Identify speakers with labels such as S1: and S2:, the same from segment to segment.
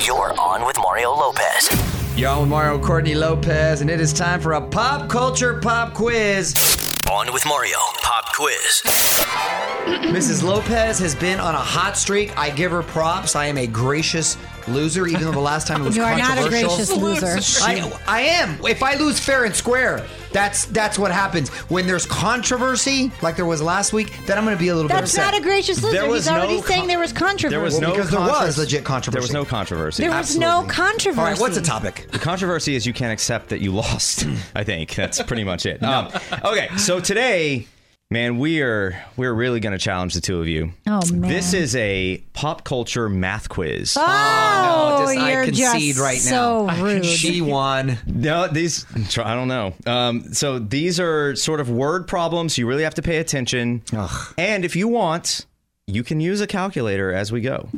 S1: You're on with Mario Lopez.
S2: Y'all with Mario Courtney Lopez, and it is time for a pop culture pop quiz.
S1: On with Mario. Pop quiz.
S2: Mrs. Lopez has been on a hot streak. I give her props. I am a gracious loser, even though the last time it was
S3: You are not
S2: controversial.
S3: a gracious loser.
S2: I, I am. If I lose fair and square, that's that's what happens. When there's controversy, like there was last week, then I'm going to be a little
S3: That's
S2: bit upset.
S3: not a gracious loser. He's already
S4: con-
S3: saying there was controversy.
S4: There
S2: Well,
S4: was no
S2: because there was
S4: controvers-
S2: legit controversy.
S4: There was no controversy.
S3: There was no
S2: Absolutely.
S3: controversy.
S2: All right, what's the topic?
S4: The controversy is you can't accept that you lost. I think that's pretty much it. Um, okay, so today, man, we are we're really going to challenge the two of you.
S3: Oh, man.
S4: This is a pop culture math quiz.
S3: Oh,
S2: just- I
S3: you're
S2: concede
S3: just
S2: right
S3: so
S2: now.
S3: rude.
S2: She won.
S4: No, these I don't know. Um, so these are sort of word problems. You really have to pay attention.
S2: Ugh.
S4: And if you want, you can use a calculator as we go.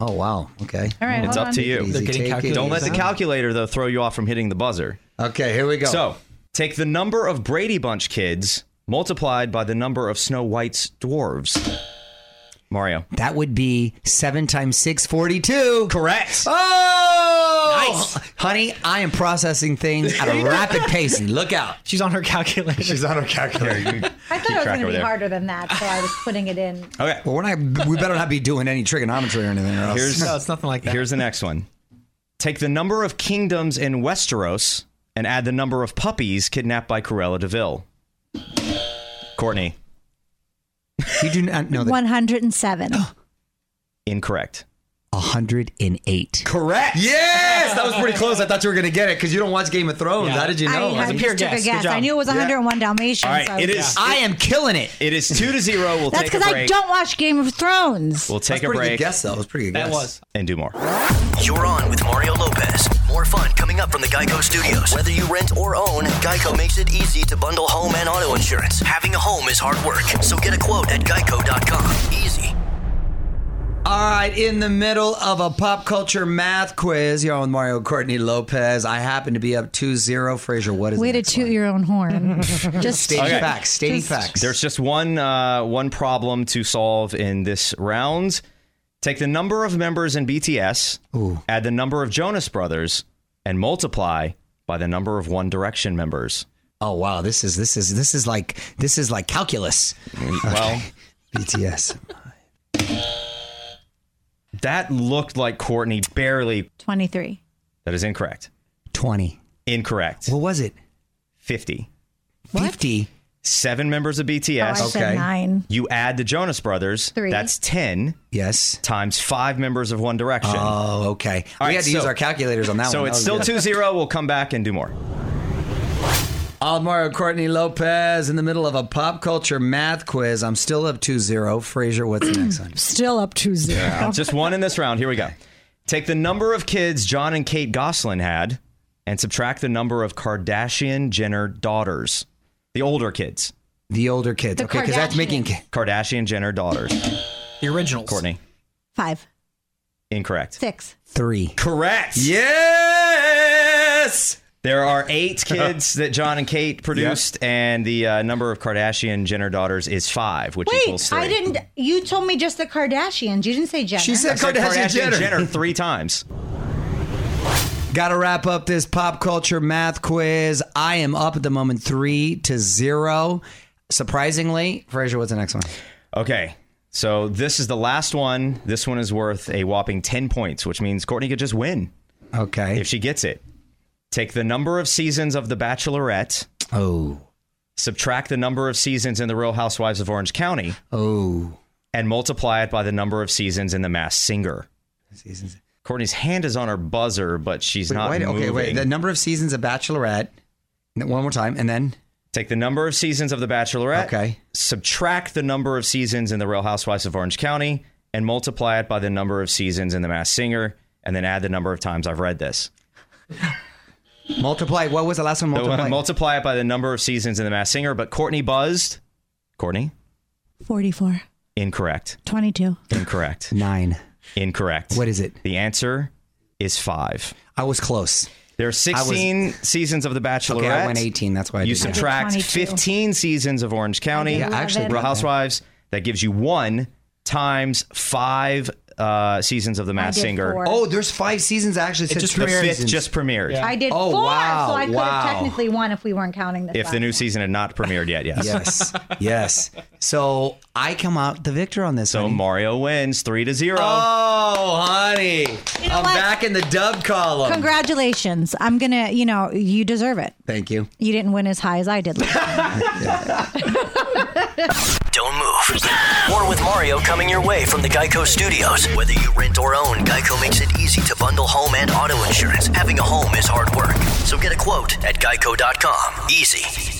S2: Oh wow. Okay.
S3: All right,
S4: it's
S3: hold
S4: up
S3: on.
S4: to you.
S2: Easy,
S5: getting
S2: take it
S5: calculated.
S4: Don't let
S2: easy.
S4: the calculator though throw you off from hitting the buzzer.
S2: Okay, here we go.
S4: So take the number of Brady Bunch kids multiplied by the number of Snow White's dwarves. Mario.
S2: that would be seven times six, forty-two.
S4: Correct.
S2: Oh, honey, I am processing things at a rapid pace. Look out!
S5: She's on her calculator.
S6: She's on her calculator.
S3: I thought it
S4: track
S3: was going
S4: over
S3: to be
S4: there.
S3: harder than that, so I was putting it in.
S4: Okay.
S2: Well, we're not. We better not be doing any trigonometry or anything, or else.
S4: Here's
S5: no, it's nothing like that.
S4: here's the next one. Take the number of kingdoms in Westeros and add the number of puppies kidnapped by Corella Deville. Courtney.
S2: you do not know that.
S3: 107.
S4: Incorrect.
S2: hundred and eight. Correct. Yes, that was pretty close. I thought you were going to get it because you don't watch Game of Thrones.
S5: Yeah.
S2: How did you know?
S3: I,
S2: I,
S3: I
S5: a
S3: just
S5: pure
S3: took
S5: guess.
S3: a
S5: Good
S3: guess. I
S5: job.
S3: knew it was 101 Dalmatians.
S4: All right,
S3: so I
S4: it
S3: was-
S4: is
S2: am killing it.
S4: it is two to zero. We'll
S3: That's
S4: take a
S3: because I
S4: break.
S3: don't watch Game of Thrones.
S4: We'll take
S2: That's
S4: a
S2: pretty
S4: break
S2: good guess though. It was pretty good.
S5: that
S2: guess.
S5: was.
S4: and do more.
S1: You're on with Mario Lopez. More fun coming up from the Geico Studios. Whether you rent or own, Geico makes it easy to bundle home and auto insurance. Having a home is hard work, so get a quote at geico.com. Easy.
S2: All right, in the middle of a pop culture math quiz, you're on with Mario Courtney Lopez. I happen to be up 2-0. Frazier, what is
S3: Way
S2: the
S3: to
S2: next
S3: toot
S2: one?
S3: your own horn. Just
S2: Stating
S4: Okay.
S2: facts, stating
S3: Just-
S2: facts.
S4: There's just one uh, one problem to solve in this round. Take the number of members in BTS, add the number of Jonas Brothers, and multiply by the number of One Direction members.
S2: Oh wow, this is this is this is like this is like calculus.
S4: Well,
S2: BTS.
S4: that looked like Courtney barely.
S3: 23.
S4: That is incorrect.
S2: 20.
S4: Incorrect.
S2: What was it?
S4: Fifty.
S2: 50.
S4: Seven members of
S3: Oh, I
S4: BTS.
S3: said
S2: Okay.
S3: 9.
S4: You add the Jonas Brothers.
S3: Three.
S4: That's ten
S2: Yes.
S4: times five members of One Direction.
S2: Oh, okay. we
S4: right,
S2: had to
S4: so-
S2: use our calculators on that
S4: so
S2: one.
S4: it's still 2 0. We'll come back and do more.
S2: I'm Mario Courtney Lopez in the middle of a pop culture math quiz. I'm still up 2-0. Frazier, what's the next one?
S3: Still up to zero.
S4: Just one in this round. Here we go. Take the number of kids John and Kate Goslin had and subtract the number of Kardashian Jenner daughters. The older kids.
S2: The older kids.
S3: The
S2: okay, because that's
S3: Kardashians.
S2: making
S4: Kardashian Jenner daughters.
S5: The originals.
S4: Courtney.
S3: 5.
S4: Incorrect.
S3: 6.
S2: 3.
S4: Correct.
S2: Yes!
S4: There are eight kids that John and Kate produced, and the uh, number of Kardashian Jenner daughters is five, which equals
S3: Wait,
S4: three.
S3: I didn't. You told me just the Kardashians. You didn't say Jenner.
S2: She said
S4: I said
S2: Kardashian, Jenner.
S4: three times.
S2: Got to wrap up this pop culture math quiz. I am up at the moment three to zero. Surprisingly, Frazier, what's the next one?
S4: Okay. So this is the last one. This one is worth a whopping 10 points, which means Courtney could just win.
S2: Okay.
S4: if she gets it. Take the number of seasons of The Bachelorette,
S2: oh,
S4: subtract the number of seasons in The Real Housewives of Orange County,
S2: oh,
S4: and multiply it by the number of seasons in The Masked Singer.
S2: seasons.
S4: Courtney's hand is on her buzzer, but she's not
S2: Wait,
S4: moving.
S2: okay, wait. The number of seasons of Bachelorette. N- One more time, and then
S4: Take the number of seasons of The Bachelorette,
S2: Okay.
S4: subtract the number of seasons in The Real Housewives of Orange County, and multiply it by the number of seasons in The Masked Singer, and then add the number of times I've read this.
S2: multiply. What was the last one?
S4: So,
S2: Multiply.
S4: multiply it by the number of seasons in The Masked Singer, but Courtney buzzed. Courtney,
S3: 44.
S4: incorrect.
S3: 22.
S4: Incorrect.
S2: Nine.
S4: Incorrect.
S2: What is it?
S4: The answer is five.
S2: I was close.
S4: There are 16 seasons of The Bachelorette.
S2: Okay, I went 18. That's why I
S4: You
S2: did that.
S4: subtract
S3: 22.
S4: 15 seasons of Orange County,
S2: Yeah, I actually
S3: Eleven.
S4: Real
S2: did that.
S4: Housewives. That gives you one times five uh, seasons of The Masked
S3: did
S4: Singer.
S3: four.
S2: Oh, there's five seasons actually. It
S5: just
S4: The
S5: premiered.
S4: fifth just premiered.
S5: Yeah.
S3: I did
S2: Oh,
S3: four,
S2: wow,
S3: so I could
S2: wow.
S3: have technically won if we weren't counting this.
S4: If the
S3: last
S4: new
S3: one.
S4: season had not premiered yet, yes.
S2: yes, yes. So I come out the victor on this.
S4: So
S2: honey.
S4: Mario wins three to zero.
S2: Oh, honey,
S3: know
S2: I'm
S3: what?
S2: back in the dub column.
S3: Congratulations. I'm going to, you know, you deserve it.
S2: Thank you.
S3: You didn't win as high as I did. last time.
S1: Don't move. More with Mario coming your way from the Geico Studios. Whether you rent or own, Geico makes it easy to bundle home and auto insurance. Having a home is hard work. So get a quote at geico.com. Easy.